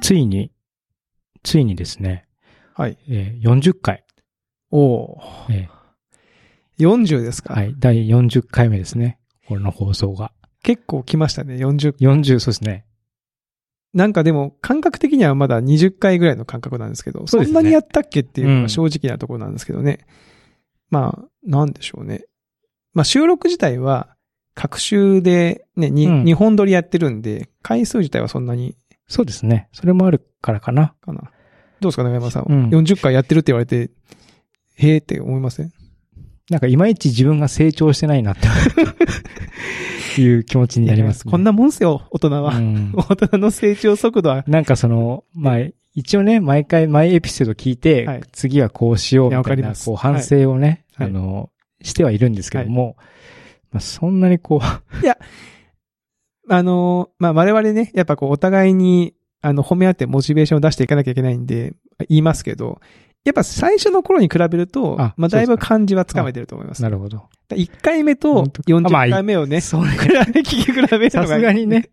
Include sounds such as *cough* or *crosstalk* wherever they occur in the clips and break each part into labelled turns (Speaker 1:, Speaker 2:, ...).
Speaker 1: ついに、ついにですね、
Speaker 2: はい。
Speaker 1: えー40回、
Speaker 2: おおー。
Speaker 1: え
Speaker 2: 40です
Speaker 1: ー
Speaker 2: か、
Speaker 1: はい、第40回目ですね。この放送が。
Speaker 2: 結構来ましたね、40。
Speaker 1: 40、そうですね。
Speaker 2: なんかでも、感覚的にはまだ20回ぐらいの感覚なんですけど、
Speaker 1: そう
Speaker 2: そ
Speaker 1: ですね
Speaker 2: んなにやったっけっていうの
Speaker 1: うん
Speaker 2: が正直なところなんですけどね。まあ、なんでしょうね。まあ、収録自体は、各週でね、に、
Speaker 1: うん
Speaker 2: 2本撮りやってるんで、回数自体はそんなに
Speaker 1: そうですね。それもあるからかな。
Speaker 2: かな。どうですか、長山さんは。
Speaker 1: うん
Speaker 2: 40回やってるって言われて、へーって思いません
Speaker 1: なんかいまいち自分が成長してないな
Speaker 2: *laughs*
Speaker 1: って、いう気持ちになります、ね。
Speaker 2: こんなもんすよ、大人は。
Speaker 1: うん
Speaker 2: *laughs* 大人の成長速度は。
Speaker 1: なんかその、まあ、一応ね、毎回、毎エピソード聞いて、
Speaker 2: はい
Speaker 1: 次はこうしようみ
Speaker 2: いやわ
Speaker 1: た
Speaker 2: か
Speaker 1: い
Speaker 2: り
Speaker 1: な、
Speaker 2: ます
Speaker 1: こう反省をね、
Speaker 2: はい
Speaker 1: あの、してはいるんですけども、まあ、そんなにこう、
Speaker 2: あの、まあ、我々ね、やっぱこう、お互いに、あの、褒め合ってモチベーションを出していかなきゃいけないんで、言いますけど、やっぱ最初の頃に比べると、
Speaker 1: あ
Speaker 2: まあ、
Speaker 1: そう
Speaker 2: だ
Speaker 1: です
Speaker 2: い
Speaker 1: か
Speaker 2: ぶ感じはつかめてると思います。
Speaker 1: なるほど。
Speaker 2: 1回目と
Speaker 1: 本当か
Speaker 2: 40
Speaker 1: あまあ
Speaker 2: 回目をね、
Speaker 1: それ
Speaker 2: 比べ、聞き比べるのが。
Speaker 1: さすがに
Speaker 2: *laughs*
Speaker 1: ね。、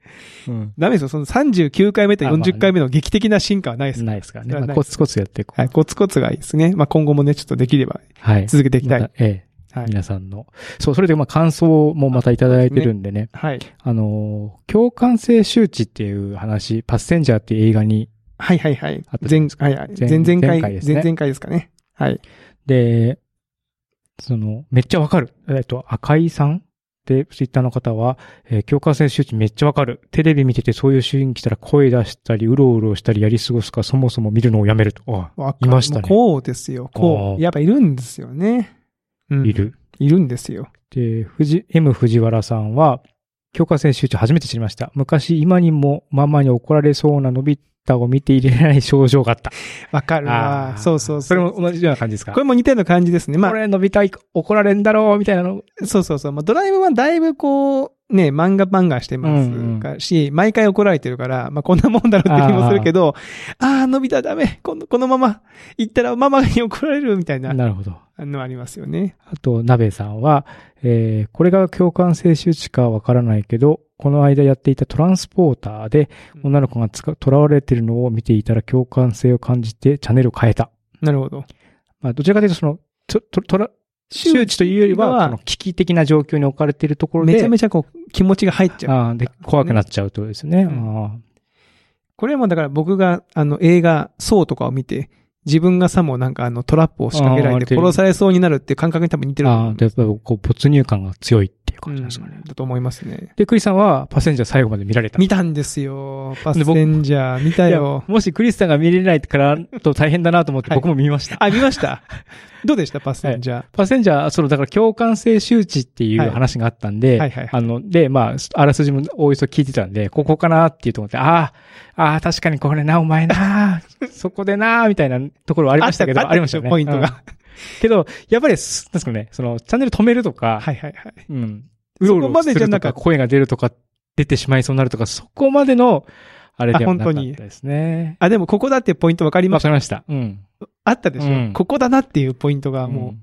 Speaker 1: うん、
Speaker 2: ダメですよ。その39回目と
Speaker 1: あまあね
Speaker 2: 40回目の劇的な進化はないです。
Speaker 1: ないですから
Speaker 2: そ
Speaker 1: ね。
Speaker 2: れは
Speaker 1: ま
Speaker 2: な
Speaker 1: あ、
Speaker 2: い
Speaker 1: コツコツやっていこう。
Speaker 2: はい、コツコツがいいですね。まあ、今後もね、ちょっとできれば
Speaker 1: はい。
Speaker 2: 続けていきたい。
Speaker 1: またええ、
Speaker 2: はい。
Speaker 1: 皆さんの。そう、それでまあ感想もまたいただいてるんでね。
Speaker 2: はい。
Speaker 1: あのー、共感性周知っていう話、パッセンジャーっていう映画に、
Speaker 2: はいはいはい
Speaker 1: あと。
Speaker 2: 前、はいはい。
Speaker 1: 前
Speaker 2: 前々
Speaker 1: 前
Speaker 2: 回、
Speaker 1: 回ですね
Speaker 2: 前々回ですかね。はい。
Speaker 1: で、その、めっちゃわかる。えっと、赤井さんで、ツイッターの方は、えー、強化性周知めっちゃわかる。テレビ見ててそういうシーン来たら声出したり、うろうろしたりやり過ごすか、そもそも見るのをやめると。あ
Speaker 2: わか
Speaker 1: いましたね
Speaker 2: もうこうですよ。こ
Speaker 1: あー
Speaker 2: う。やっぱいるんですよね。うん
Speaker 1: い。る。
Speaker 2: いるんですよ。
Speaker 1: で、藤、M 藤原さんは、強化性周知初めて知りました。昔、今にもママに怒られそうなのび太を見ていれない症状があった。
Speaker 2: わかる
Speaker 1: あ
Speaker 2: わ。
Speaker 1: ー
Speaker 2: そうそう
Speaker 1: それも
Speaker 2: こ
Speaker 1: 同じような感じですか
Speaker 2: れも似たような感じですね。ま
Speaker 1: これ伸び太怒られんだろう、みたいなの。
Speaker 2: あ、そうそうそう。まあ、ドライブはだいぶこう、ね、漫画漫画してます
Speaker 1: うんう
Speaker 2: し、毎回怒られてるから、まあ、こんなもんだろうって気もするけど、あー、伸びたらダメ。この、このまま、行ったらママに怒られるみたいな
Speaker 1: なるほど。
Speaker 2: のありますよね。
Speaker 1: あと、鍋さんは、えーこれが共感性周知かわからないけど、この間やっていたトランスポーターで、
Speaker 2: うん
Speaker 1: 女の子がつか囚われてるのを見ていたら共感性を感じてチャンネルを変えた。
Speaker 2: なるほど。
Speaker 1: まあ、どちらかというと、その、と、と、とら、周知というより
Speaker 2: 周知
Speaker 1: は、
Speaker 2: は
Speaker 1: その危機的な状況に置かれているところで、
Speaker 2: めちゃめ
Speaker 1: ち
Speaker 2: ちゃこう、気持ちが入っちゃう。
Speaker 1: あーで、怖くなっちゃうということですね。
Speaker 2: うん
Speaker 1: あー
Speaker 2: これもだから僕が、あの、映画、そうとかを見て、自分がさもなんかあの、トラップを仕掛けられて
Speaker 1: あー
Speaker 2: 殺されそうになるっていう感覚に多分似てると思
Speaker 1: あ
Speaker 2: う
Speaker 1: ー、でやっぱりこう、没入感が強いっていう感じなんですかね。
Speaker 2: うんだと思いますね。
Speaker 1: で、クリさんは、パッセンジャー最後まで見られた。
Speaker 2: 見たんですよ。パッセンジャー、見た
Speaker 1: いや
Speaker 2: よ。
Speaker 1: もしクリスさんが見れないからと大変だなと思って
Speaker 2: はい
Speaker 1: 僕も見ました。
Speaker 2: あ、見ま *laughs* した。どうでしたパッセンジャー。
Speaker 1: パッセンジャー、その、だから共感性周知っていう話があったんで、
Speaker 2: はいはいはい
Speaker 1: あの、で、まあ、あらすじもおおよそ聞いてたんで、ここかなっていうと思って、ああ、ああ、確かにこれな、お前な、そこでな、みたいなところはありましたけど、あ
Speaker 2: あった
Speaker 1: りましたよ
Speaker 2: あったでしょ
Speaker 1: ね。
Speaker 2: ポ
Speaker 1: う
Speaker 2: イント
Speaker 1: ん
Speaker 2: が。
Speaker 1: けど、やっぱりす、なんですかね、その、チャンネル止めるとか、
Speaker 2: はいはいはい。
Speaker 1: うん。うろう
Speaker 2: そこま
Speaker 1: ろ
Speaker 2: ですじゃ
Speaker 1: ると
Speaker 2: な
Speaker 1: か、
Speaker 2: かった
Speaker 1: 声が出るとか、出てしまいそうになるとか、そこまでの、あれではなかったですね。
Speaker 2: あ、でもここだっていうポイント分かりま
Speaker 1: わ
Speaker 2: し
Speaker 1: か
Speaker 2: た。
Speaker 1: りました。うん。
Speaker 2: あったでしょ、
Speaker 1: うん
Speaker 2: ここだなっていうポイントがもう、
Speaker 1: う
Speaker 2: い
Speaker 1: ん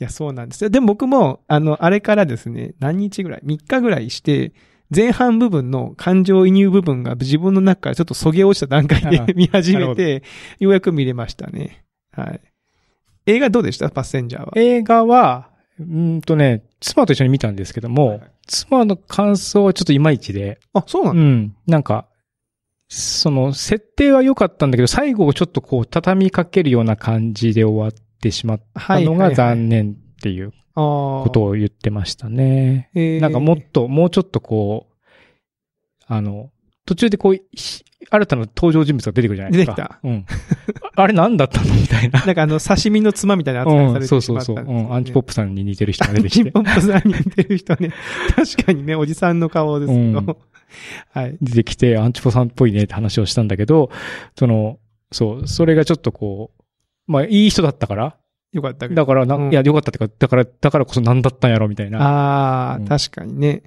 Speaker 2: や、そうなんですよ。でも僕も、あの、あれからですね、何日ぐらい ?3 日ぐらいして、前半部分の感情移入部分が自分の中からちょっとそげ落ちた段階
Speaker 1: あ
Speaker 2: で *laughs* 見始
Speaker 1: なるほ
Speaker 2: めて、ようやく見れましたね。はい。映画どうでしたパッセンジャーは。
Speaker 1: 映画は、うーんとね、妻と一緒に見たんですけども、
Speaker 2: はいはい
Speaker 1: 妻の感想はちょっといまいちで、
Speaker 2: あ、そうな
Speaker 1: う
Speaker 2: の、
Speaker 1: ん、なんか、その、設定は良かったんだけど、最後をちょっとこう、畳みかけるような感じで終わってしまったのが残念っていう
Speaker 2: ああ。
Speaker 1: ことを言ってましたね。
Speaker 2: えー
Speaker 1: なんかもっと、もうちょっとこう、あの、途中でこう、ひ新たな登場人物が出てくるじゃないですか。
Speaker 2: 出てきた
Speaker 1: うん。ああれ何だったのみたいな。
Speaker 2: なんかあの、刺身のつまみたいな扱いさ
Speaker 1: う
Speaker 2: れ
Speaker 1: ん、
Speaker 2: てし
Speaker 1: そ
Speaker 2: ま
Speaker 1: う
Speaker 2: った
Speaker 1: そ
Speaker 2: んで
Speaker 1: うそう、
Speaker 2: すよね
Speaker 1: うん。アンチポップさんに似てる人が出て
Speaker 2: チ
Speaker 1: き
Speaker 2: ン
Speaker 1: て
Speaker 2: ポ、ンプさんに似てる人ね。確かにね、おじさんの顔ですけど。
Speaker 1: うん
Speaker 2: はい。
Speaker 1: 出てきて、アンチポさんっぽいねって話をしたんだけど、その、そう、それがちょっとこう、まあ、いい人だったから、
Speaker 2: よかったけど。
Speaker 1: だからな、
Speaker 2: うん
Speaker 1: いや、よかったってか、だから、だからこそ何だったんやろ、みたいな。
Speaker 2: ああ、
Speaker 1: うん
Speaker 2: 確かにね。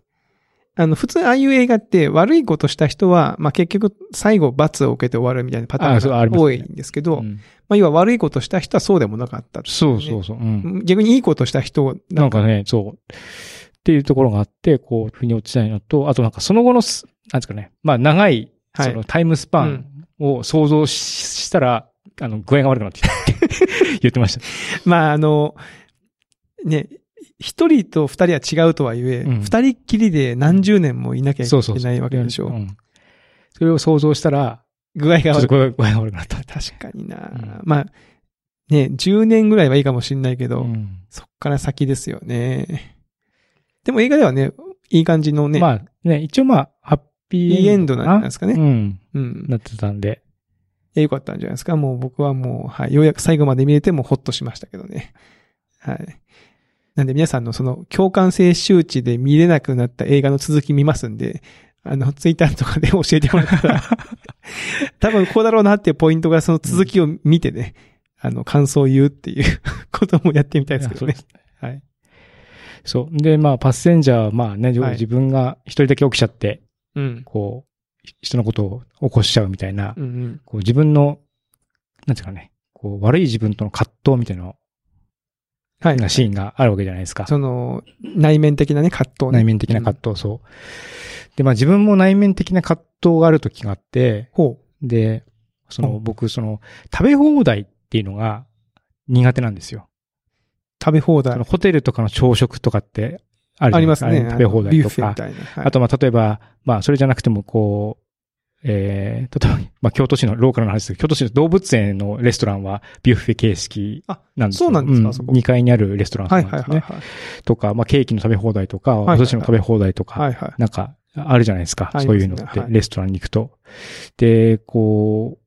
Speaker 2: あの、普通ああいう映画って悪いことした人は、まあ、結局最後罰を受けて終わるみたいなパタ
Speaker 1: あー
Speaker 2: ー
Speaker 1: そ
Speaker 2: ン
Speaker 1: うあります
Speaker 2: が
Speaker 1: ね
Speaker 2: 多いんですけど、
Speaker 1: うん
Speaker 2: まあ、要は悪いことした人はそうでもなかったってい
Speaker 1: そう
Speaker 2: ね
Speaker 1: そうそう、うん。
Speaker 2: 逆にいいことした人
Speaker 1: なんかね、そう。っていうところがあって、こう、腑に落ちないのと、あとなんかその後のす、なんですかね、まあ長い、
Speaker 2: はい
Speaker 1: そのタイムスパンを想像ししたら、あの、具合が悪くなってきた
Speaker 2: *laughs*
Speaker 1: って言ってました。
Speaker 2: まあ、あの、ね、一人と二人は違うとはいえ、
Speaker 1: うん
Speaker 2: 二、人っきりで何十年もいなきゃい
Speaker 1: そうそうそう
Speaker 2: けないわけでしょ。
Speaker 1: うん。それを想像したら、
Speaker 2: 具合
Speaker 1: ち
Speaker 2: が
Speaker 1: ょっ
Speaker 2: 悪
Speaker 1: と
Speaker 2: く。
Speaker 1: 具合が悪くなった。
Speaker 2: 確かにな、
Speaker 1: うん
Speaker 2: まあ、ね、10年ぐらいはいいかもしんないけど、
Speaker 1: うん
Speaker 2: そっから先ですよね。でも映画ではね、いい感じのね、
Speaker 1: まあね、一応まあ、ハッピー
Speaker 2: いいエンドなんじゃないですかね。
Speaker 1: うん。
Speaker 2: うん。
Speaker 1: なってたんで。
Speaker 2: えよかったんじゃないですか。もう僕はもう、はい、ようやく最後まで見れてもうほっとしましたけどね。はい。なんで皆さんのその共感性周知で見れなくなった映画の続き見ますんで、あの、ツイッターとかで教えてもらった *laughs* ら、多分こうだろうなっていうポイントがその続きを見てね、あの、感想を言うっていうこともやってみたいですけどね
Speaker 1: あ。そう
Speaker 2: *laughs* はい。
Speaker 1: そう。で、まあ、パッセンジャーはまあね、
Speaker 2: はい
Speaker 1: 自分が一人だけ起きちゃって、
Speaker 2: うん。
Speaker 1: こう、人のことを起こしちゃうみたいな、
Speaker 2: うんうん。
Speaker 1: こう自分の、なんていうかね、こう悪い自分との葛藤みたいなの
Speaker 2: はい。
Speaker 1: なシーンがあるわけじゃないですか。
Speaker 2: その、内面的なね、葛藤ね。
Speaker 1: 内面的な
Speaker 2: うん。
Speaker 1: 葛藤、そう。で、まあ自分も内面的な葛藤がある時があって、
Speaker 2: ほ
Speaker 1: で、そうの僕、その、食べ放題っていうのが苦手なんですよ。
Speaker 2: う。食べ放
Speaker 1: そ
Speaker 2: 題
Speaker 1: の。ホテルとかの朝食とかってあるじゃな
Speaker 2: あ
Speaker 1: い
Speaker 2: り
Speaker 1: で
Speaker 2: ますす
Speaker 1: か。
Speaker 2: ね。
Speaker 1: あれ食べ放
Speaker 2: あのビ
Speaker 1: 題
Speaker 2: ュッ
Speaker 1: と
Speaker 2: フェみ
Speaker 1: か。
Speaker 2: たいな。はい
Speaker 1: あと、まあ、例えば、まあ、それじゃなくても、こう、えー、例えば、まあ、京都市のローカルの話ですけど、京都市の動物園のレストランはビュッフェ形式
Speaker 2: あ
Speaker 1: なんですよ
Speaker 2: そうなんですかそこ
Speaker 1: ?2 階にあるレストランさ
Speaker 2: は
Speaker 1: ん
Speaker 2: い
Speaker 1: なん
Speaker 2: は
Speaker 1: です
Speaker 2: いはい
Speaker 1: ね。
Speaker 2: はい。
Speaker 1: とか、まあ、ケーキの食べ放題とか、
Speaker 2: いはいはい
Speaker 1: お寿司の食べ放題とか、
Speaker 2: はいはい。
Speaker 1: なんか、あるじゃないですか。
Speaker 2: あり
Speaker 1: そ
Speaker 2: ます
Speaker 1: う
Speaker 2: ね
Speaker 1: いうのって
Speaker 2: は、い
Speaker 1: レストランに行くと。で、こう、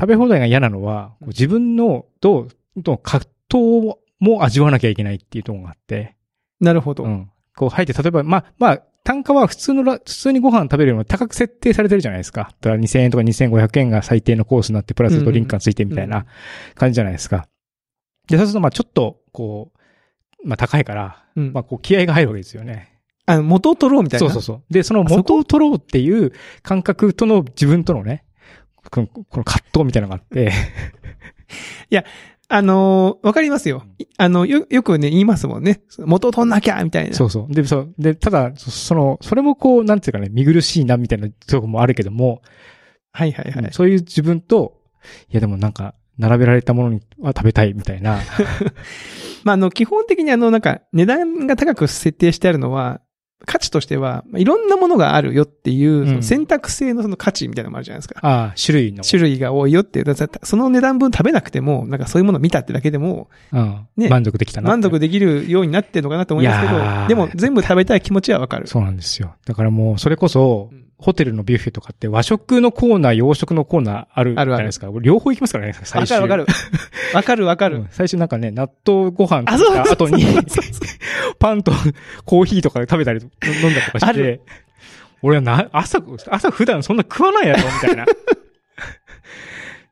Speaker 1: 食べ放題が嫌なのは、こう自分の、と、と葛藤も味わわなきゃいけないっていうところがあって、
Speaker 2: なるほど。
Speaker 1: うん。こう入って、例えば、まあ、まあ、単価は普通のラ、普通にご飯食べるよりも高く設定されてるじゃないですか。だから2000円とか2500円が最低のコースになって、プラスドリンクがついてみたい
Speaker 2: うんう
Speaker 1: な感じじゃないですか。で、そうすると、まあ、ちょっと、こう、まあ、高いから、
Speaker 2: うん
Speaker 1: まあ、こう、気合が入るわけですよね。
Speaker 2: あの、元を取ろうみたいな。
Speaker 1: そうそうそう。で、その元を取ろうっていう感覚との自分とのね、このこの葛藤みたいなのがあって、
Speaker 2: あのーわかりますよ
Speaker 1: うん。
Speaker 2: いあの、よ、よくね、言いますもんね。元を取んなきゃみたいな。
Speaker 1: そうそう。で、そう。で、ただ、そその、それもこう、なんていうかね、見苦しいなみたいなとこもあるけども、
Speaker 2: はいはいは
Speaker 1: うん
Speaker 2: い。
Speaker 1: そういう自分と、いやでもなんか、並べられたものには食べたいみたい
Speaker 2: *laughs*
Speaker 1: な。
Speaker 2: まあ、あの、基本的にあの、なんか、値段が高く設定してあるのは、価値としては、まあいろんなものがあるよっていう、その選択性のその価値みたいなのもあるじゃないですか。
Speaker 1: ああ、種類の。
Speaker 2: 種類が多いよっていう。だからその値段分食べなくても、なんかそういうもの見たってだけでも、
Speaker 1: うん。
Speaker 2: ね
Speaker 1: 満足できたな。
Speaker 2: 満足できるようになってるのかなと思いますけ
Speaker 1: いやー
Speaker 2: ど、でも全部食べたい気持ちはわかる。
Speaker 1: そうなんですよ。だからもう、それこそ
Speaker 2: うん、
Speaker 1: ホテルのビュッフェとかって和食のコーナー、洋食のコーナーあるじゃないですか。両方行きますからね、最
Speaker 2: わ
Speaker 1: 初。
Speaker 2: かるわかる。
Speaker 1: *laughs*
Speaker 2: わかるわかる
Speaker 1: う。ん最初なんかね、納豆ご飯
Speaker 2: あ
Speaker 1: 食
Speaker 2: そう
Speaker 1: べた後に
Speaker 2: そうそう、
Speaker 1: パンとコーヒーとか食べたり、飲んだりとか
Speaker 2: あ
Speaker 1: して
Speaker 2: る、
Speaker 1: 俺はな、朝、朝普段そんな食わないやろみたい
Speaker 2: *laughs*
Speaker 1: な。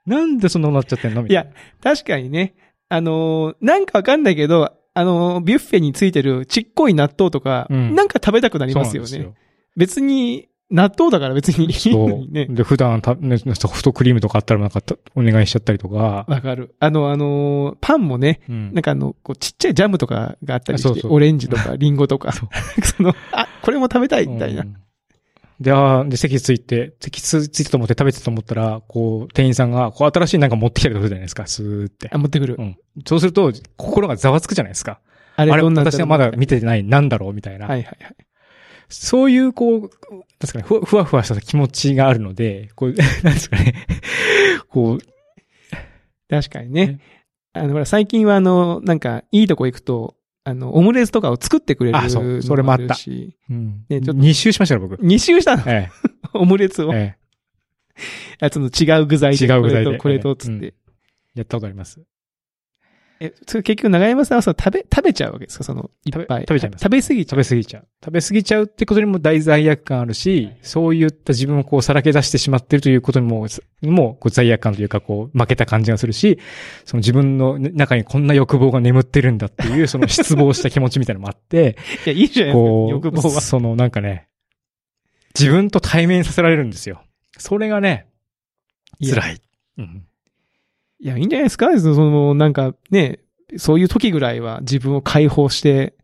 Speaker 1: なんでそんななっちゃってんのみ
Speaker 2: *laughs* い
Speaker 1: たい
Speaker 2: や
Speaker 1: な。、
Speaker 2: 確かにね。あのーなんかわかんないけど、あのービュッフェについてるちっこい納豆とか、
Speaker 1: うん
Speaker 2: なんか食べたくなり
Speaker 1: そう
Speaker 2: ま
Speaker 1: なん
Speaker 2: すよ
Speaker 1: で
Speaker 2: ね。
Speaker 1: すよ。
Speaker 2: 別に、納豆だから別に *laughs* いいの
Speaker 1: そ
Speaker 2: にね
Speaker 1: う。。で、普段た、ね、ソフトクリームとかあったらなんかたお願いしちゃったりとか。
Speaker 2: わかる。あの、あのーパンもね、
Speaker 1: うん
Speaker 2: なんかあの、こう、ちっちゃいジャムとかがあったりして、
Speaker 1: あそうそう
Speaker 2: オレンジとかリンゴとか、
Speaker 1: そう
Speaker 2: *laughs* その、あ、これも食べたいみたいな。
Speaker 1: うんで、あーで、席ついて、席つついたと思って食べてたと思ったら、こう、店員さんが、こう、新しいなんか持ってきたりとかするじゃないですか、スーって
Speaker 2: あ、。持ってくる。
Speaker 1: うん。そうすると、心がざわつくじゃないですか。
Speaker 2: あ
Speaker 1: あ
Speaker 2: れ
Speaker 1: れ、
Speaker 2: どんな
Speaker 1: 私はまだ見てない、なんだろうみたいな。
Speaker 2: はいはいはい。
Speaker 1: そういう、こう、なんですかね、ふわふわふわした気持ちがあるので、こう、 *laughs* なんですかね、こう、
Speaker 2: 確かに
Speaker 1: ね
Speaker 2: ね。あの、ほら、最近はあの、なんか、いいとこ行くと、あの、オムレツとかを作ってくれる
Speaker 1: あそうそれ
Speaker 2: の
Speaker 1: もあ
Speaker 2: もあ
Speaker 1: った
Speaker 2: るし。
Speaker 1: うん。
Speaker 2: ねちょっと
Speaker 1: 2周しましたよ、
Speaker 2: *laughs*
Speaker 1: 僕。
Speaker 2: 2周したの、
Speaker 1: え
Speaker 2: オムレツを
Speaker 1: え、。え
Speaker 2: あその違う具材で。
Speaker 1: 違う具材で
Speaker 2: これと、これと、つっ
Speaker 1: う
Speaker 2: て。
Speaker 1: え。やったことあります。
Speaker 2: え、それ結局、長山さんはその食べ、食べちゃうわけですかその、いっぱ
Speaker 1: 食
Speaker 2: い。
Speaker 1: べ食べちゃいます
Speaker 2: 食べ過ぎちゃ
Speaker 1: 食べ過ぎちゃう。食べ過ぎちゃうってことにも大罪悪感あるし、そういった自分をこうさらけ出してしまってるということにも、もうこう罪悪感というかこう負けた感じがするし、その自分の中にこんな欲望が眠ってるんだっていう、その失望した気持ちみたいなのもあって、
Speaker 2: う。いや、いいじゃないですか。
Speaker 1: こう、
Speaker 2: 欲望は。
Speaker 1: そのなんかね、自分と対面させられるんですよ。それがね、
Speaker 2: いや
Speaker 1: 辛い。うん。
Speaker 2: いや、いいんじゃないですかその、なんか、ね、そういう時ぐらいは自分を解放して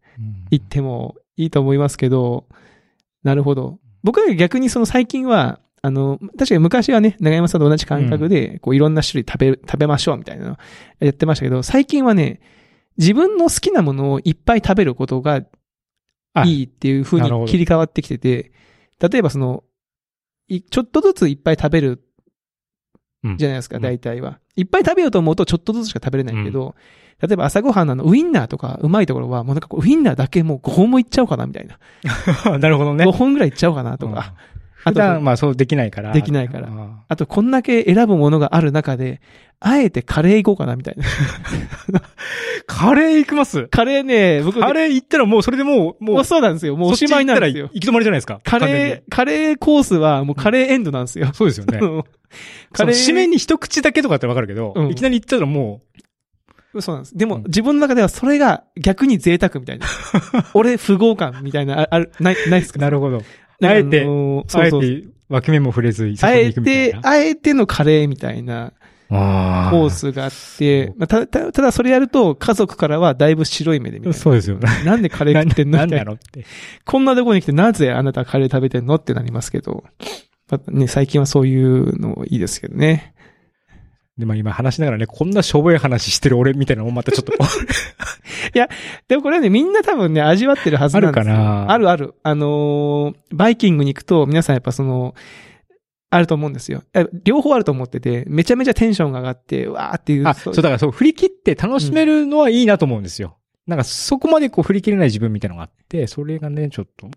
Speaker 2: いってもいいと思いますけど、なるほど。僕は逆にその最近は、あの、確かに昔はね、長山さんと同じ感覚で、こういろんな種類食べ、食べましょうみたいなのやってましたけど、最近はね、自分の好きなものをいっぱい食べることが
Speaker 1: あ
Speaker 2: いいっていう風
Speaker 1: なるほ
Speaker 2: に
Speaker 1: ど
Speaker 2: 切り替わってきてて、例えばその、いちょっとずついっぱい食べる
Speaker 1: うん
Speaker 2: じゃないですか、
Speaker 1: うん
Speaker 2: 大体は。いっぱい食べようと思うとちょっとずつしか食べれないけど、例えば朝ごはんのあのウインナーとかうまいところは、もうなんかこうウインナーだけもう5本もいっちゃおうかなみたいな。
Speaker 1: なるほどね。
Speaker 2: 5本ぐらいいっちゃおうかなと
Speaker 1: うん
Speaker 2: か。
Speaker 1: 普段、まあそうできないから。
Speaker 2: できないから
Speaker 1: あ
Speaker 2: あと、こんだけ選ぶものがある中で、あえてカレー行こうかな、みたいな。 *laughs*
Speaker 1: ーカレー行きます
Speaker 2: カレーね、僕、
Speaker 1: カレー行ったらもうそれでもう、も
Speaker 2: も
Speaker 1: う
Speaker 2: う、そうなんですよ。もうおしまいなんです
Speaker 1: そっ
Speaker 2: よ
Speaker 1: ち行ったら。行き止まりじゃないですか。
Speaker 2: カ
Speaker 1: 完全に
Speaker 2: レー、カレーコースはもうカレーエンドなんですよ。
Speaker 1: そうですよ
Speaker 2: *laughs*
Speaker 1: ね。カ
Speaker 2: カ
Speaker 1: レ
Speaker 2: レ
Speaker 1: ー。
Speaker 2: ー、
Speaker 1: 締めに一口だけとかだってわかるけど、
Speaker 2: うん
Speaker 1: いきなり行ったらも
Speaker 2: そうなんです。でも、
Speaker 1: うん
Speaker 2: 自分の中ではそれが逆に贅沢
Speaker 1: *laughs*
Speaker 2: みたいな。俺、不合感みたいな、あある、ない、ないです
Speaker 1: う、
Speaker 2: か
Speaker 1: なるほど。あえて
Speaker 2: あのー
Speaker 1: あ
Speaker 2: そう
Speaker 1: え
Speaker 2: そう
Speaker 1: て、脇目も触れずにそこ
Speaker 2: あ
Speaker 1: に
Speaker 2: え
Speaker 1: 行くみたい
Speaker 2: て
Speaker 1: な。、
Speaker 2: あえてのカレーみたいな
Speaker 1: あ
Speaker 2: コースがあって、まあ、たたただそれやると家族からはだいぶ白い目で見て
Speaker 1: そうですよね。
Speaker 2: なんでカレー食ってんの
Speaker 1: な
Speaker 2: み
Speaker 1: ん
Speaker 2: たい
Speaker 1: な
Speaker 2: な。
Speaker 1: のって。
Speaker 2: こんなとこに来てなぜあなたカレー食べてんのってなりますけど。やっぱね、最近はそういうのいいですけどね。
Speaker 1: で、まあ今話しながらね、こんなしょぼい話してる俺みたいなのもまたちょっ
Speaker 2: *laughs*
Speaker 1: と。
Speaker 2: でもこれはね、みんな多分ね、味わってるはずなんですよ
Speaker 1: あるかな
Speaker 2: あるある。あのーバイキングに行くと、皆さんやっぱその、あると思うんですよ。え両方あると思ってて、めちゃめちゃテンションが上がって、うわーっていう。
Speaker 1: あ、そ
Speaker 2: そう
Speaker 1: う、だからそう、振り切って楽しめるのはいいなと思うんですよ。なんかそこまでこう振り切れない自分みたいなのがあって、それがね、ちょっと。うん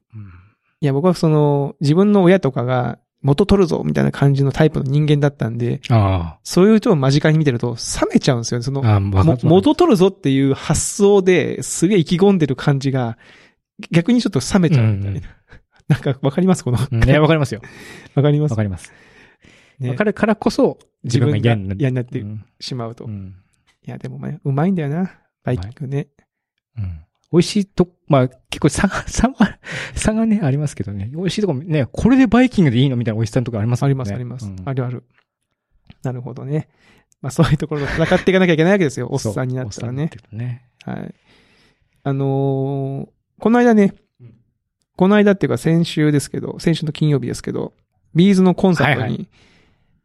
Speaker 2: いや、僕はその、自分の親とかが、元取るぞみたいな感じのタイプの人間だったんで、
Speaker 1: あ
Speaker 2: そういう人を間近に見てると、冷めちゃうんですよね。その
Speaker 1: あ、、ああ、わか
Speaker 2: も
Speaker 1: る、
Speaker 2: 元取るぞっていう発想ですげえ意気込んでる感じが、逆にちょっと冷めちゃうみたいな。
Speaker 1: うん
Speaker 2: *laughs* なんかわかりますこの。わ
Speaker 1: うんね、
Speaker 2: *laughs*
Speaker 1: わかりますよ。
Speaker 2: かります
Speaker 1: わかります。
Speaker 2: ね
Speaker 1: わかるからこそ、自
Speaker 2: 自
Speaker 1: 分が
Speaker 2: 分が
Speaker 1: 嫌にな
Speaker 2: 嫌になって
Speaker 1: うん
Speaker 2: しまうと。
Speaker 1: う
Speaker 2: い
Speaker 1: ん
Speaker 2: や、でもまあ、うまいんだよな。バイキングね。
Speaker 1: うん美味しいと、まあ、結構 *laughs* 差が、差が、差がね、ありますけどね。美味しいとこもね、これでバイキングでいいのみたいな美味しさのとこあります
Speaker 2: あ
Speaker 1: もんね。
Speaker 2: ります、あります。
Speaker 1: うん
Speaker 2: あるある。なるほどね。まあ、そういうところと戦っていかなきゃいけないわけですよ。おっさんになったらね。
Speaker 1: そうおっさんになってる
Speaker 2: はい。あのーこの間ね
Speaker 1: うん、
Speaker 2: この間っていうか先週ですけど、先週の金曜日ですけど、ビーズのコンサート
Speaker 1: はいは
Speaker 2: に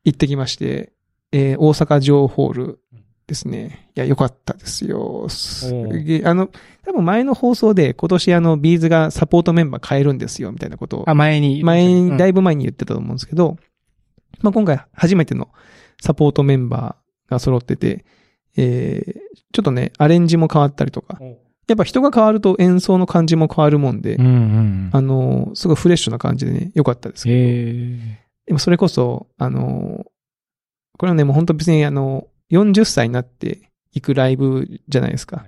Speaker 2: 行ってきまして、えー大阪城ホールですね。いや、良かったですよ。すげえあの、多分前の放送で今年あの、ビーズがサポートメンバー変えるんですよ、みたいなことを
Speaker 1: とね。あ、前に。
Speaker 2: 前
Speaker 1: う
Speaker 2: に、
Speaker 1: ん
Speaker 2: だいぶ前に言ってたと思うんですけど、まあ、今回初めてのサポートメンバーが揃ってて、えー、ちょっとね、アレンジも変わったりとか、やっぱ人が変わると演奏の感じも変わるもんで、
Speaker 1: うんうん。
Speaker 2: あのー、すごいフレッシュな感じでね、良かったですけど、
Speaker 1: え
Speaker 2: でもそれこそ、あのー、これはね、もう本当別にあの、40歳になって行くライブじゃないですか。
Speaker 1: はい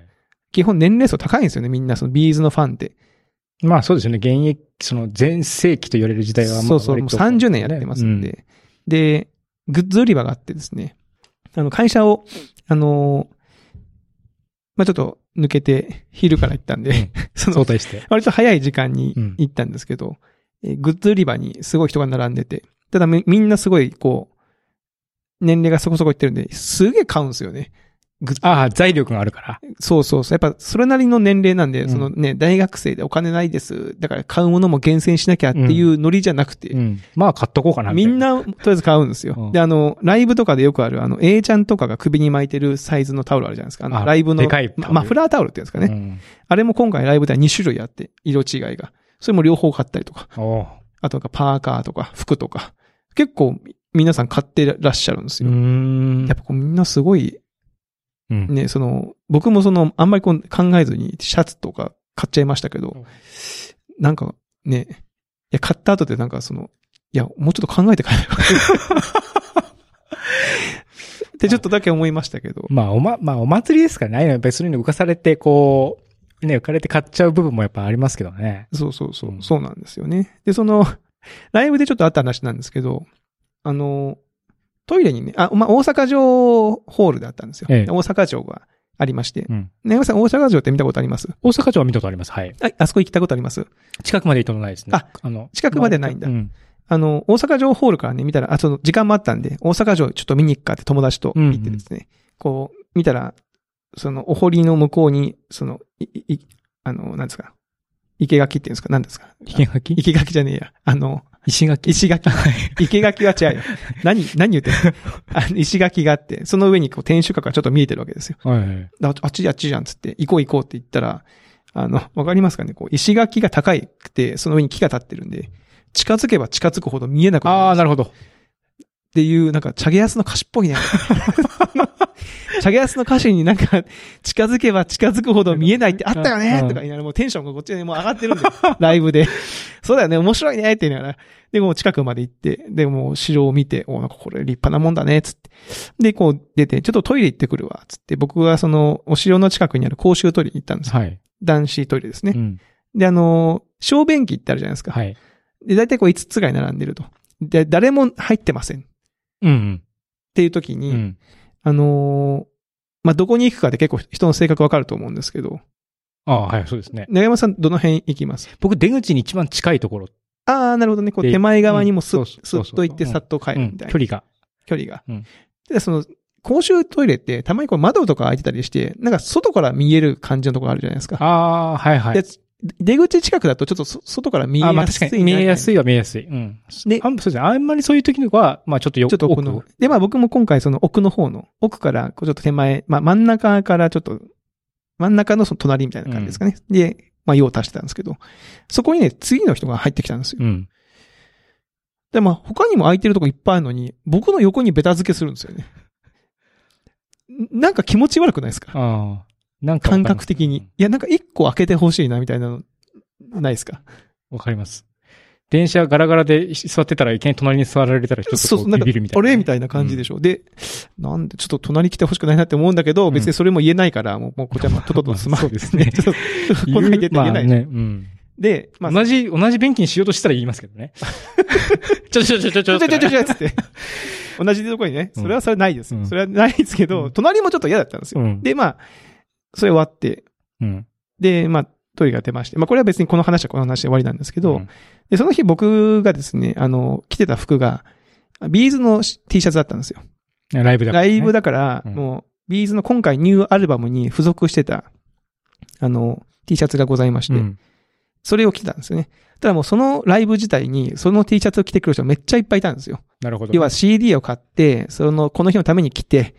Speaker 2: 基本年齢層高いんですよね、みんな、そのビーズのファンって。
Speaker 1: えまあそうですよね。現役、その全盛期と言われる時代は、まあ
Speaker 2: そうそう、もう
Speaker 1: 割とこ
Speaker 2: 30年やってますんで。。で、グッズ売り場があってですね、あの、会社を、あのーまあ、ちょっと抜けて、昼から行ったん
Speaker 1: う
Speaker 2: で
Speaker 1: ん、
Speaker 2: *laughs*
Speaker 1: う
Speaker 2: そ
Speaker 1: ん相
Speaker 2: の、
Speaker 1: 対して。
Speaker 2: 割と早い時間に
Speaker 1: うん
Speaker 2: 行ったんですけど、えーグッズ売り場にすごい人が並んでて、ただみみんなすごい、こう、年齢がそこそこいってるんで、すげえ買うんですよね。グッズ
Speaker 1: ああ、財力があるから。
Speaker 2: そうそうそう。やっぱ、それなりの年齢なんで、
Speaker 1: うん
Speaker 2: そのね、大学生でお金ないです。だから買うものも厳選しなきゃっていうノリじゃなくて、
Speaker 1: うん。まあ買っとこうかな
Speaker 2: み
Speaker 1: たい
Speaker 2: ん、な、とりあえず買うんですよ。
Speaker 1: うん
Speaker 2: で、あの、ライブとかでよくある、あの、A ちゃんとかが首に巻いてるサイズのタオルあるじゃないですか。あの、
Speaker 1: あ
Speaker 2: ライブの。
Speaker 1: でかいタオル
Speaker 2: まマフラータオルって言うんですかね。
Speaker 1: ね。
Speaker 2: あれも今回ライブでは2種類あって、色違いが。それも両方買ったりとか。
Speaker 1: うん。おう
Speaker 2: あとなんかパーカーとか、服とか。結構、皆さん買ってらっしゃるんです
Speaker 1: うー
Speaker 2: よ。
Speaker 1: ん
Speaker 2: やっぱこうみんなすごい、
Speaker 1: うん
Speaker 2: ね、その、僕もその、あんまりこう考えずにシャツとか買っちゃいましたけど、なんかね、いや、買った後でなんかその、いや、もうちょっと考えて買えばよ
Speaker 1: *laughs*
Speaker 2: かった。ってちょっとだけ思いましたけど。
Speaker 1: まあ、おま、まあ、お祭りですからね。ああいうのやっぱりそういうの浮かされて、こう、ね、浮かれて買っちゃう部分もやっぱありますけどね。
Speaker 2: そうそうそう
Speaker 1: う、ん
Speaker 2: そうなんですよね。で、その、ライブでちょっとあった話なんですけど、あの、トイレにね、あ、まあ、大阪城ホールだったんですよ。
Speaker 1: ええ
Speaker 2: 大阪城がありまして。
Speaker 1: うん。
Speaker 2: ね、さん、大阪城って見たことあります
Speaker 1: 大阪城は見たことあります。はい。
Speaker 2: あ、あそこ行ったことあります
Speaker 1: 近くまで行ったことないですね。
Speaker 2: あ、
Speaker 1: あの、
Speaker 2: 近くまでないんだ
Speaker 1: うん。
Speaker 2: あの、大阪城ホールからね、見たら、あ、その、時間もあったんで、大阪城ちょっと見に行くかって友達と行ってですね、こう、見たら、その、お堀の向こうに、その、い、い、いあの、なんですか、生垣っていうんですか、なんですか。
Speaker 1: 生垣
Speaker 2: 生垣じゃねえや。あの、
Speaker 1: 石垣。
Speaker 2: 石垣。生垣は違うよ。何、何言って *laughs* んのあの石垣があって、その上にこう天守閣がちょっと見えてるわけですよ。
Speaker 1: はいはい。
Speaker 2: ああっちあっちじゃんっつって、行こう行こうって言ったら、あの、わかりますかねこう、石垣が高いくて、その上に木が立ってるんで、近づけば近づくほど見えなくなる。
Speaker 1: ああ、な
Speaker 2: る
Speaker 1: るほど。
Speaker 2: っていう、なんか、チャゲアスの歌詞っぽいね。 *laughs* チャゲアスの歌詞になんか、近づけば近づくほど見えないってあったよね
Speaker 1: うん
Speaker 2: とか言いながら、もうテンションがこっちにもう上がってるんで、ライブで。そうだよね、面白いねって言いながら。で、もう近くまで行って、で、もう城を見て、お、なんかこれ立派なもんだね、つって。で、こう出て、ちょっとトイレ行ってくるわ、つって。僕はその、お城の近くにある公衆トイレに行ったんですよ。 *laughs*
Speaker 1: はい。
Speaker 2: 男子トイレですね
Speaker 1: う。ん。
Speaker 2: で、あの、小便器ってあるじゃないですか。
Speaker 1: はい。
Speaker 2: で、大体こう5つぐらい並んでると。で、誰も入ってません。っ
Speaker 1: うん
Speaker 2: ていう時
Speaker 1: う
Speaker 2: に、
Speaker 1: ん。うん。
Speaker 2: あのーまあ、どこに行くかって結構人の性格わかると思うんですけど、
Speaker 1: ああ、はい、そうですね。
Speaker 2: 長山さんどの辺行きます
Speaker 1: 僕、出口に一番近いところ。
Speaker 2: ああ、なるほどね。こう
Speaker 1: で
Speaker 2: 手前側にもすっ,、
Speaker 1: うんそうそう
Speaker 2: と行って
Speaker 1: そう
Speaker 2: さっと帰
Speaker 1: う
Speaker 2: るみ
Speaker 1: ん
Speaker 2: たいな、
Speaker 1: 距離が。
Speaker 2: 距離が。
Speaker 1: うん
Speaker 2: で、その、公衆トイレってたまにこう窓とか開いてたりして、なんか外から見える感じのところあるじゃないですか。
Speaker 1: ああ、はいはい。
Speaker 2: で出口近くだとちょっとそ外から見え
Speaker 1: ああ、ま
Speaker 2: や
Speaker 1: あ
Speaker 2: す
Speaker 1: 確
Speaker 2: い
Speaker 1: かに。見えやす
Speaker 2: い。
Speaker 1: いは見えやすい。うん。
Speaker 2: で
Speaker 1: あんそうですね。あんまりそういう時のは、まあちょっとよ
Speaker 2: ちょっと奥の。で、まあ僕も今回その奥の方の、奥からこうちょっと手前、まあ真ん中からちょっと、真ん中のその隣みたいな感じですかね。で、まあ用を足してたんですけど、そこにね、次の人が入ってきたんですよ。
Speaker 1: うん。
Speaker 2: で、まあ他にも空いてるとこいっぱいあるのに、僕の横にベタ付けするんですよね。んなんか気持ち悪くないですか
Speaker 1: ああ。なんかわかり
Speaker 2: 感
Speaker 1: ます
Speaker 2: 覚的に。。いや、なんか一個開けてほしいな、みたいなの、ないですか
Speaker 1: わかります。電車ガラガラで座ってたらいきなり隣に座られたらちょっ
Speaker 2: *laughs*
Speaker 1: とこう
Speaker 2: な
Speaker 1: ビ
Speaker 2: んか、
Speaker 1: ビるみたい
Speaker 2: あ
Speaker 1: な。
Speaker 2: れみたいな感じでしょ。で、なんで、ちょっと隣来てほしくないなって思うんだけど、別にそれも言えないから、もう、もうこちらもとっととすまん。
Speaker 1: そうですね
Speaker 2: ちょっとちょっと来ないでって言えない。
Speaker 1: まあね。うん。
Speaker 2: で、まあ、
Speaker 1: 同じ、同じ便器にしようとしたら言いますけど
Speaker 2: *laughs*
Speaker 1: ね。ちょちょちょちょち
Speaker 2: ちょ
Speaker 1: ょ。
Speaker 2: ちょちょちょちょつって。同じとこにね、それはそれはないですよ。
Speaker 1: うん
Speaker 2: それはないですけど、
Speaker 1: うん
Speaker 2: 隣もちょっと嫌だったんですよ。
Speaker 1: うん。
Speaker 2: で、まあ、それ終わって、
Speaker 1: うん。
Speaker 2: で、まあ、トイレが出まして、まあ、これは別にこの話はこの話で終わりなんですけど、
Speaker 1: うん
Speaker 2: で、その日僕がですね、あの、着てた服が、ビーズの T シャツだったんですよ。
Speaker 1: ライブだから
Speaker 2: ラ
Speaker 1: ね
Speaker 2: イブだから、
Speaker 1: うん
Speaker 2: もう、ビーズの今回ニューアルバムに付属してた、あの、T シャツがございまして、
Speaker 1: うん。
Speaker 2: それを着てたんですよね。ただもうそのライブ自体に、その T シャツを着てくる人めっちゃいっぱいいたんですよ。
Speaker 1: なるほど。
Speaker 2: 要は CD を買って、その、この日のために着て、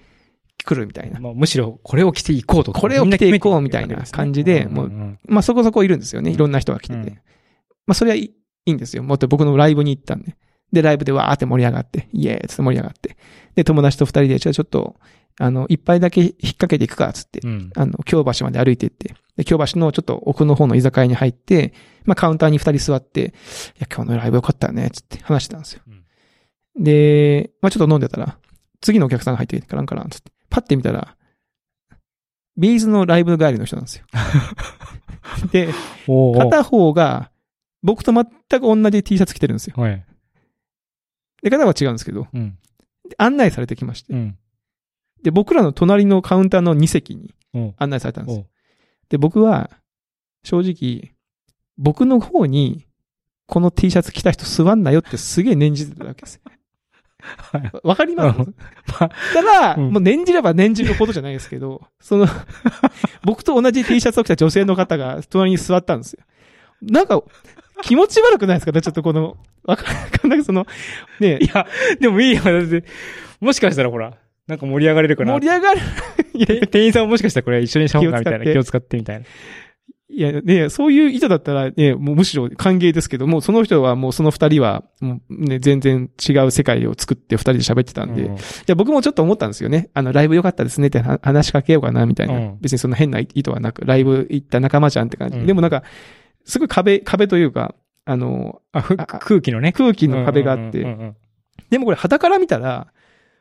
Speaker 2: 来るみたいな。
Speaker 1: まあ、むしろこれを着ていこうとか。
Speaker 2: これを着ていこうみたいな感じでもうまあそこそこいるんですよね。いろんな人が来てて。
Speaker 1: うん
Speaker 2: まあそれはいいいいんですよ。もっと僕のライブに行ったんで。で、ライブでわーって盛り上がって、イエーイっつって盛り上がって。で、友達と二人で、じゃあちょっと、あの、一杯だけ引っ掛けていくか、つって。
Speaker 1: うん。
Speaker 2: あの、京橋まで歩いてって、で、京橋のちょっと奥の方の居酒屋に入って、まあ、カウンターに二人座って、いや、今日のライブ良かったよね、つって話してたんですよ。で、まあ、ちょっと飲んでたら、次のお客さんが入ってきて、カランカラン、つって、パッて見たら、ビーズのライブ帰りの人なんです
Speaker 1: *laughs*
Speaker 2: よ。で、
Speaker 1: おうおう
Speaker 2: 片方が、僕と全く同じ T シャツ着てるんですよ。
Speaker 1: はい。
Speaker 2: で、片方は違うんですけど、
Speaker 1: うん。
Speaker 2: で案内されてきまして
Speaker 1: う、ん。
Speaker 2: で、僕らの隣のカウンターの2席に
Speaker 1: おう
Speaker 2: 案内されたんです
Speaker 1: お
Speaker 2: よ
Speaker 1: う
Speaker 2: で、僕は、正直、僕の方に、この T シャツ着た人座んなよってすげえ念じてたわけですよ。
Speaker 1: い
Speaker 2: わわかります
Speaker 1: う *laughs* まあ
Speaker 2: ただ、
Speaker 1: うん
Speaker 2: もう念じれば念じるほどじゃないですけど、そ
Speaker 1: *laughs*
Speaker 2: の、僕と同じ T シャツを着た女性の方が隣に座ったんですよ。なんか、気持ち悪くないですかねちょっとこの、わかんないその、ね
Speaker 1: いや、でもいいよ。だって、もしかしたらほら、なんか盛り上がれるかな。
Speaker 2: 盛り上がる。
Speaker 1: て店員さんももしかしたらこれ一緒にしようかみたいな。気
Speaker 2: 気
Speaker 1: を
Speaker 2: を
Speaker 1: 使ってみたいな。
Speaker 2: いや、ね、そういう意図だったら、ね、もうむしろ歓迎ですけども、その人はもうその二人は、もうね、全然違う世界を作って二人で喋ってたんで、
Speaker 1: う
Speaker 2: い
Speaker 1: ん
Speaker 2: や、僕もちょっと思ったんですよね。あの、ライブ良かったですねっては話しかけようかな、みたいな。
Speaker 1: うん
Speaker 2: 別にそんな変な意図はなく、ライブ行った仲間じゃんって感じ。
Speaker 1: うん
Speaker 2: でもなんか、すごい壁、壁というか、あの、
Speaker 1: あふ
Speaker 2: ああ
Speaker 1: 空気のね。
Speaker 2: 空気の壁があっ
Speaker 1: うんう
Speaker 2: て、
Speaker 1: んうん
Speaker 2: でもこれ肌から見たら、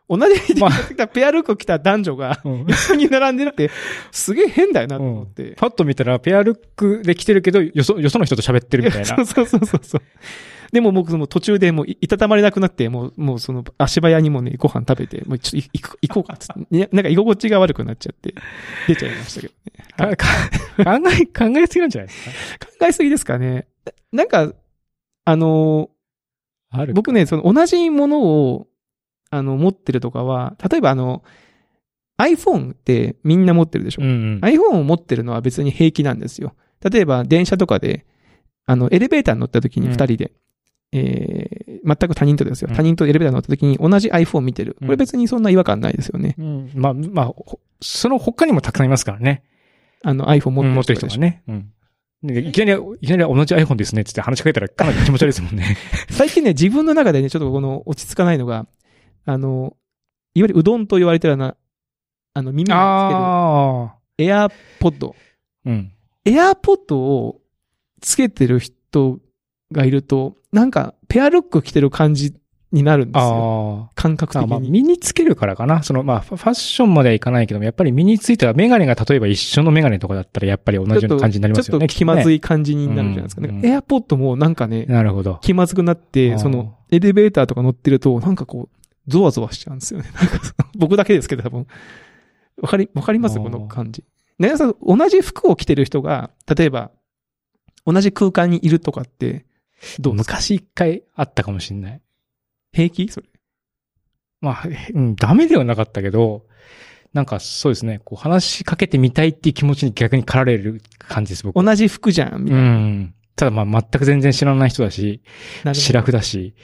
Speaker 2: 同じ、 *laughs* ペアルック着た男女が、 *laughs*
Speaker 1: うんうん
Speaker 2: 一緒に並んでるって、すげえ変だよなと思って。
Speaker 1: パッと見たら、ペアルックで来てるけど、よそ、よその人と喋ってるみたいな。
Speaker 2: *laughs* そうそうそうそう。でも僕もう途中でもういいたたまれなくなって、もう、もうその足早にもね、ご飯食べて、もうちょっとい行こ行
Speaker 1: *laughs*
Speaker 2: こうかっつって、いやなんか居心地が悪くなっちゃって、出ちゃいましたけどね。
Speaker 1: かか考え、考えすぎなんじゃないですか
Speaker 2: 考えすぎですかね。ななんか、あの
Speaker 1: あ
Speaker 2: ー、
Speaker 1: る。
Speaker 2: 僕ね、その同じものを、あの、持ってるとかは、例えばあの、iPhone ってみんな持ってるでしょ
Speaker 1: うんうん。
Speaker 2: iPhone を持ってるのは別に平気なんですよ。例えば電車とかで、あの、エレベーターに乗った時に
Speaker 1: うん
Speaker 2: 二人で、えー全く他人とですよ
Speaker 1: う。ん
Speaker 2: 他人とエレベーターに乗った時に同じ iPhone を見てる。
Speaker 1: う
Speaker 2: これ
Speaker 1: ん
Speaker 2: 別にそんな違和感ないですよね。
Speaker 1: うん。まあ、まあ、ほその他にもたくさんいますからね。
Speaker 2: あの iPhone
Speaker 1: うん
Speaker 2: 持
Speaker 1: 持
Speaker 2: っ
Speaker 1: ってて
Speaker 2: る
Speaker 1: る人
Speaker 2: 人で
Speaker 1: が
Speaker 2: しょ
Speaker 1: ね。うん。でいきなり、いきなり同じ iPhone ですねってって話しかけたらかなり気持ち悪いですもん
Speaker 2: *laughs*
Speaker 1: ね。
Speaker 2: 最近ね、自分の中でね、ちょっとこの落ち着かないのが、あの、いわゆるうどんと言われてるような、あの、耳につ
Speaker 1: ああ。
Speaker 2: けるエアポッド。
Speaker 1: うん。
Speaker 2: エアポッドをつけてる人がいると、なんか、ペアルック着てる感じになるんですよ。
Speaker 1: あ
Speaker 2: 感覚的
Speaker 1: あ。まあ、
Speaker 2: に。
Speaker 1: 身につけるからかな。その、まあ、ファファッションまではいかないけども、やっぱり身についたらメガネが例えば一緒のメガネとかだったら、やっぱり同じような感じになりますよね。
Speaker 2: ちょっと気まず
Speaker 1: い。
Speaker 2: い感じになるじゃないですか。
Speaker 1: うん
Speaker 2: なんかエアポッドもなんかね、
Speaker 1: なるほど。
Speaker 2: 気まずくな
Speaker 1: あ
Speaker 2: って、
Speaker 1: ー
Speaker 2: その、エレベーターとか乗ってると、なんかこう、ゾワゾワしちゃうんですよね。 *laughs* なんかその僕だけですけど、多分。わかり、わかります
Speaker 1: あー
Speaker 2: この感じ。ねさん、同じ服を着てる人が、例えば、同じ空間にいるとかって、どうですか
Speaker 1: 昔一回あったかもしれない。
Speaker 2: 平気それ。
Speaker 1: まあ、へうん、ダメではなかったけど、なんかそうですね、こう話しかけてみたいっていう気持ちに逆に駆られる感じです、僕は。
Speaker 2: 同じ服じゃん、みた
Speaker 1: う
Speaker 2: いな。
Speaker 1: ん。ただまあ全く全然知らない人だし、
Speaker 2: なるほど
Speaker 1: 白くだし、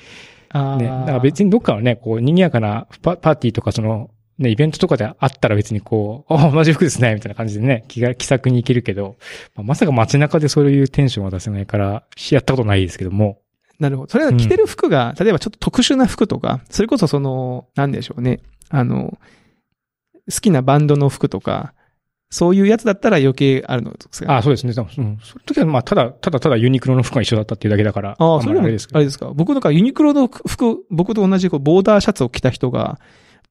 Speaker 2: あー
Speaker 1: ね。だから別にどっかのね、こう賑やかなパパーティーとかその、ね、イベントとかであったら別にこう、あ同じ服ですね、みたいな感じでね、気が、気さくに行けるけど、まあまさか街中でそういうテンションは出せないから、しやったことないですけども。
Speaker 2: なるほど。それは着てる服が、例えばちょっと特殊な服とか、それこそその、なんでしょうね。あの、好きなバンドの服とか、そういうやつだったら余計あるのですが。
Speaker 1: あそうですね。でもうん。その時はまあ、ただ、ただただユニクロの服が一緒だったっていうだけだから。
Speaker 2: ああ、
Speaker 1: ん
Speaker 2: そ
Speaker 1: まり
Speaker 2: れでも、あ
Speaker 1: れ
Speaker 2: れ
Speaker 1: で
Speaker 2: ですす
Speaker 1: けど
Speaker 2: か。僕なんかユニクロの服、僕と同じこうボーダーシャツを着た人が、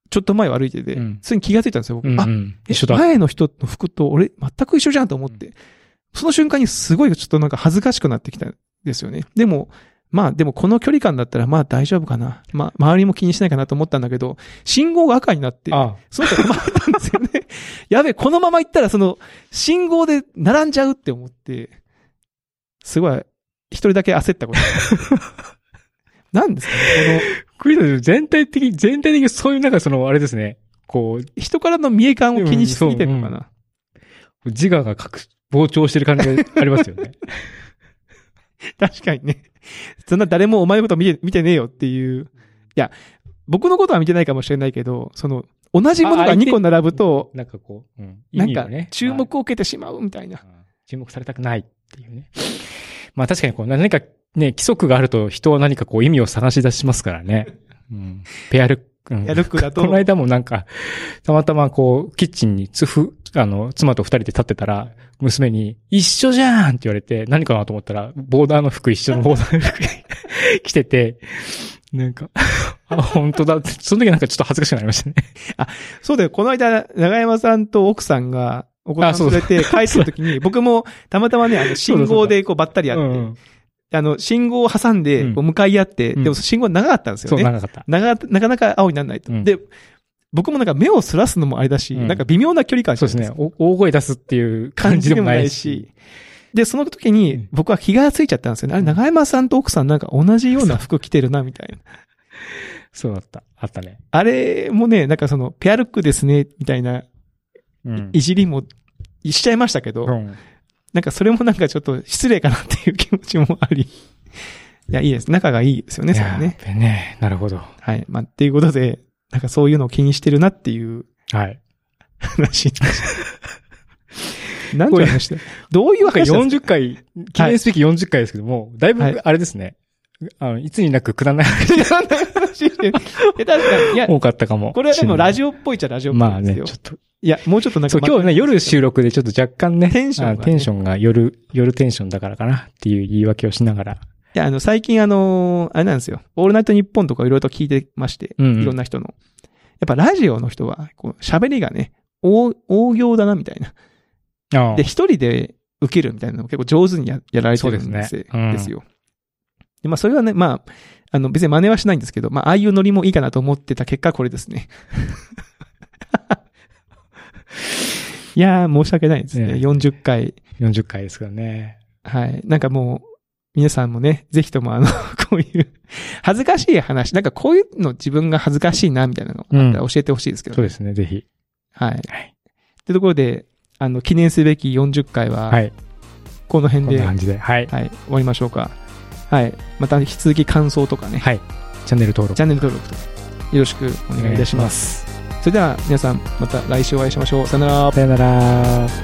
Speaker 2: ちょっと前を歩いてて、
Speaker 1: うん
Speaker 2: それに気がついたんですよ、僕。
Speaker 1: うんう
Speaker 2: あ、
Speaker 1: ん、
Speaker 2: え
Speaker 1: 一緒だ。
Speaker 2: 前の人の服と俺、全く一緒じゃんと思って、その瞬間にすごいちょっとなんか恥ずかしくなってきたんですよね。でも、まあでもこの距離感だったらまあ大丈夫かな。まあ周りも気にしないかなと思ったんだけど、信号が赤になって、
Speaker 1: あ
Speaker 2: その人止まれたんですよね。 *laughs* やべえ、このまま行ったらその信号で並んじゃうって思って、すごい、一人だけ
Speaker 1: *laughs*
Speaker 2: 焦ったことがある。なんですかね、
Speaker 1: クイズ全体的に、全体的にそういうなんかその、あれですね。こ
Speaker 2: この人からの見え感を気にしすぎてるのかな。
Speaker 1: う、自我が拡膨張してる感じがありますよ *laughs* ね。
Speaker 2: *laughs* 確かにね。そんな誰もお前のこと見て見てねえよっていう。いや、僕のことは見てないかもしれないけど、その、同じもの
Speaker 1: あ
Speaker 2: が
Speaker 1: 相手
Speaker 2: 2個並ぶと、
Speaker 1: なんかこう、うん、
Speaker 2: なん
Speaker 1: 意味
Speaker 2: か
Speaker 1: をね
Speaker 2: 注目を受けてしまうみたいな。
Speaker 1: はいうん注目されたくないっていうね。まあ確かにこう、何かね、規則があると人は何かこう意味を探し出しますからね。うん、ペアルック、うん
Speaker 2: やるくだと
Speaker 1: この、間もなんか、たまたまこう、キッチンに、つふ、あの、妻と二人で立ってたら、娘に、一緒じゃんって言われて、何かなと思ったら、ボーダーの服一
Speaker 2: *laughs*
Speaker 1: 緒のボーダーの服 *laughs* 着てて、なんか、あ、本当だって。その時なんかちょっと恥ずかしくなりましたね。
Speaker 2: そうだよ、この間、長山さんと奥さんが、お子さん
Speaker 1: あそ
Speaker 2: 連
Speaker 1: う
Speaker 2: れて帰ってる
Speaker 1: *laughs*
Speaker 2: 時に、 *laughs* 僕もたまたまね、あの、信号でこうばったりやって、
Speaker 1: うん
Speaker 2: あの、信号を挟んで、こう向かい合って、
Speaker 1: うん
Speaker 2: でも信号長かったんですよ
Speaker 1: そう、
Speaker 2: ね。
Speaker 1: 長かった。
Speaker 2: 長なかなか青にならないと。
Speaker 1: うん
Speaker 2: で、僕もなんか目をそらすのもあれだし、
Speaker 1: うん
Speaker 2: なんか微妙な距離感じ
Speaker 1: そ
Speaker 2: ゃ
Speaker 1: う
Speaker 2: な
Speaker 1: で
Speaker 2: い
Speaker 1: す
Speaker 2: か
Speaker 1: ね。お大声出すっていう感じでもないし。。
Speaker 2: で、その時
Speaker 1: う
Speaker 2: に
Speaker 1: ん
Speaker 2: 僕は気がついちゃったんですよね。あれ、
Speaker 1: うん
Speaker 2: 長山さんと奥さんなんか同じような服着てるな、みたいな。
Speaker 1: そうだった。あったね。
Speaker 2: あれもね、なんかその、ペアルックですね、みたいな
Speaker 1: うん
Speaker 2: い。じりもしちゃいましたけど、
Speaker 1: うん
Speaker 2: なんかそれもなんかちょっと失礼かなっていう気持ちもあり。いや、いいです。仲がいいですよね、
Speaker 1: い
Speaker 2: そ
Speaker 1: や
Speaker 2: れ
Speaker 1: やっ
Speaker 2: ね。
Speaker 1: ぱりね。なるほど。
Speaker 2: はい。まあ、っていうことで、なんかそういうのを気にしてるなっていう
Speaker 1: はい。
Speaker 2: 話で
Speaker 1: *laughs*
Speaker 2: した。なんて話だどういう
Speaker 1: なんか
Speaker 2: 話なんです
Speaker 1: 40回、記念すべき40回ですけども、だいぶ
Speaker 2: はい、
Speaker 1: あれですね。あの、いつになくくだらない
Speaker 2: かなんか話してるいや、確かに。いや、
Speaker 1: 多かったかも。
Speaker 2: *laughs* これはでもラ
Speaker 1: ジ
Speaker 2: ジオっぽいっちゃラジオっぽ
Speaker 1: まあ
Speaker 2: いんで
Speaker 1: ね、
Speaker 2: す
Speaker 1: ちょ
Speaker 2: よ。
Speaker 1: っと。
Speaker 2: いや、もうちょっとなんか
Speaker 1: そう、
Speaker 2: ま、
Speaker 1: 今日ね、夜収録でちょっと若干ね、
Speaker 2: テンションがね
Speaker 1: あテンションが夜、夜テンションだからかなっていう言い訳をしながら。
Speaker 2: いや、あの、最近あのーあれなんですよ。オールナイトニッポンとかいろいろと聞いてまして、
Speaker 1: うんうん
Speaker 2: いろんな人の。やっぱラジオの人は、こう、喋りがね、大、大行だな、みたいな。
Speaker 1: ああ
Speaker 2: で、一人で受けるみたいなのを結構上手にややられてるんです
Speaker 1: そうですねうん
Speaker 2: ですよ。で、まあ、それはね、まあ、あの、別に真似はしないんですけど、まあ、ああいうノリもいいかなと思ってた結果、これです
Speaker 1: *laughs*
Speaker 2: ね。いやー、申し訳ないですね。
Speaker 1: ね
Speaker 2: 40回。
Speaker 1: 40回ですからね。
Speaker 2: はい。なんかもう、皆さんもね、ぜひともあの、 *laughs* こういう、恥ずかしい話、なんかこういうの自分が恥ずかしいな、みたいなの、
Speaker 1: うん
Speaker 2: 教えてほしいですけど、
Speaker 1: そうですね、ぜひ。
Speaker 2: はい。
Speaker 1: はい
Speaker 2: ってところで、あの、記念すべき40回は
Speaker 1: は、い。
Speaker 2: この辺
Speaker 1: こん
Speaker 2: で、
Speaker 1: な
Speaker 2: はい、
Speaker 1: 感じで。はい。
Speaker 2: 終わりましょうか。はい。また引き続き感想とかね、
Speaker 1: はい。チャンネル登録
Speaker 2: チャンネル登録とか、よろしくお願いいたします。
Speaker 1: す。
Speaker 2: それでは皆さん、また来週お会いしましょう。さよなら。
Speaker 1: さよなら。